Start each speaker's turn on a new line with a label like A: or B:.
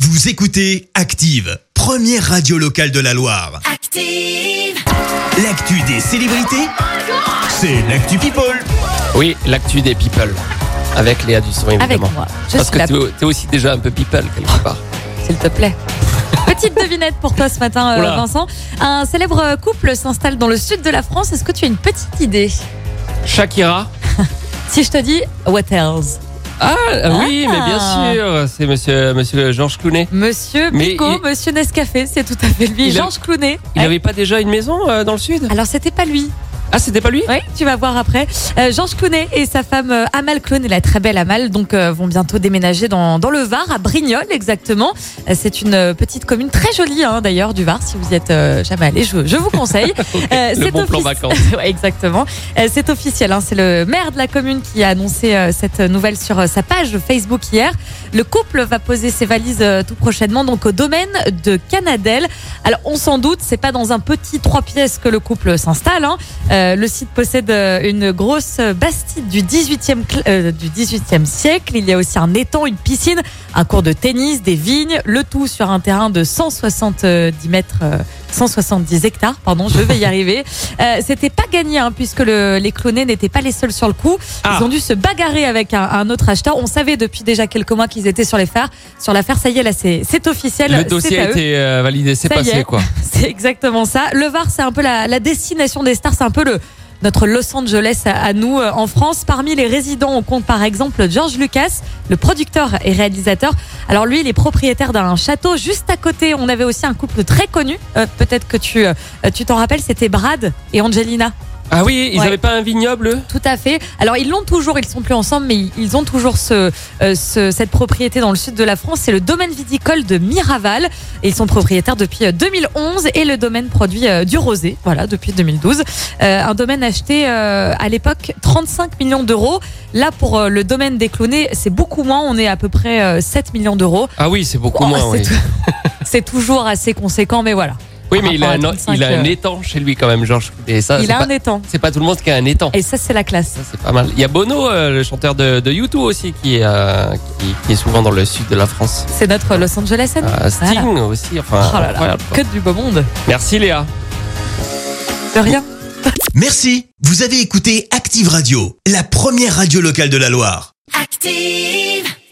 A: Vous écoutez Active, première radio locale de la Loire.
B: Active.
A: L'actu des célébrités, c'est l'actu People.
C: Oui, l'actu des people. Avec Léa Dusson,
D: Avec
C: évidemment.
D: moi. Je
C: Parce
D: suis
C: que
D: là,
C: tu es aussi déjà un peu people,
D: Ah.
C: quelque part.
D: s'il te plaît. Petite devinette pour toi ce matin, euh,
C: Oula.
D: Vincent. Un célèbre euh, couple s'installe dans le sud de la France. Est-ce que tu as une petite idée
C: Shakira
D: Si je te dis Waters,
C: Ah, oui,
D: Ah.
C: mais bien sûr. C'est monsieur, monsieur Georges Clooney.
D: Monsieur
C: Mais
D: Pico,
C: il-
D: Monsieur Nescafé, c'est tout à fait lui.
C: Il a-
D: Georges Clooney.
C: Il
D: Ouais.
C: n'avait pas déjà une maison euh, dans le sud
D: Alors c'était pas lui.
C: Ah, c'était pas lui
D: Oui, tu vas voir après. Euh, Georges Clooney et sa femme euh, Amal Clooney, la très belle Amal, donc euh, vont bientôt déménager dans, dans le Var, à Brignoles exactement. Euh, c'est une euh, petite commune très jolie hein, d'ailleurs du Var. Si vous y êtes euh, jamais allé, je, je vous conseille. Euh,
C: Le
D: c'est
C: bon plan
D: offici-
C: vacances.
D: Ouais, exactement. Euh, c'est officiel. hein. C'est le maire de la commune qui a annoncé euh, cette nouvelle sur euh, sa page Facebook hier. Le couple va poser ses valises euh, tout prochainement donc au domaine de Canadel. Alors on s'en doute, c'est pas dans un petit trois pièces que le couple s'installe. hein. Euh, le site possède euh, une grosse bastide du 18e, cl- euh, du 18e siècle. Il y a aussi un étang, une piscine, un cours de tennis, des vignes, le tout sur un terrain de 170 mètres. euh, 170 hectares, pardon, je vais y arriver. Euh, C'était pas gagné, hein, puisque le- les clonés n'étaient pas les seuls sur le coup.
C: Ah.
D: Ils ont dû se bagarrer avec un, un autre acheteur. On savait depuis déjà quelques mois qu'ils étaient sur les phares. Sur l'affaire, ça y est, là, c'est c'est officiel.
C: Le
D: c'est
C: dossier
D: à
C: a
D: eux.
C: été euh, validé, c'est
D: Ça y
C: passé,
D: est.
C: quoi.
D: C'est exactement ça. Le Var, c'est un peu la, la destination des stars, c'est un peu le notre Los Angeles à, à nous euh, en France. Parmi les résidents, on compte par exemple George Lucas, le producteur et réalisateur. Alors lui, il est propriétaire d'un château juste à côté. On avait aussi un couple très connu. Euh, Peut-être que tu euh, tu t'en rappelles, c'était Brad et Angelina.
C: Ah oui, ils
D: Ouais.
C: n'avaient pas un vignoble eux
D: Tout à fait. Alors ils l'ont toujours, ils sont plus ensemble, mais ils- ils ont toujours ce, euh, ce- cette propriété dans le sud de la France. C'est le domaine viticole de Miraval. Et ils sont propriétaires depuis euh, 2011 et le domaine produit euh, du rosé, voilà, depuis 2012. Euh, un domaine acheté euh, à l'époque 35 millions d'euros. Là pour euh, le domaine des clonés, c'est beaucoup moins. On est à peu près euh, 7 millions d'euros.
C: Ah oui, c'est beaucoup
D: Oh,
C: moins,
D: c'est
C: oui.
D: C'est toujours assez conséquent, mais voilà.
C: Oui, mais il a,
D: Par
C: un,
D: rapport à 35,
C: il a un
D: euh,
C: étang chez lui, quand même, Georges Clooney. Ça,
D: Il
C: Ah, c'est
D: a
C: pas-
D: un étang.
C: C'est pas tout le monde qui a un étang.
D: Et ça, c'est la classe.
C: Ça, c'est pas mal. Il y a Bono, euh, le chanteur de, de U2 aussi, qui, est, euh, qui, qui est souvent dans le sud de la France.
D: C'est notre Los Angeles à nous.
C: Euh, Sting
D: Voilà.
C: aussi, enfin.
D: Oh là là,
C: incroyable, quoi.
D: que du beau monde.
C: Merci Léa.
D: De rien.
A: Merci. Vous avez écouté Active Radio, la première radio locale de la Loire.
B: Active.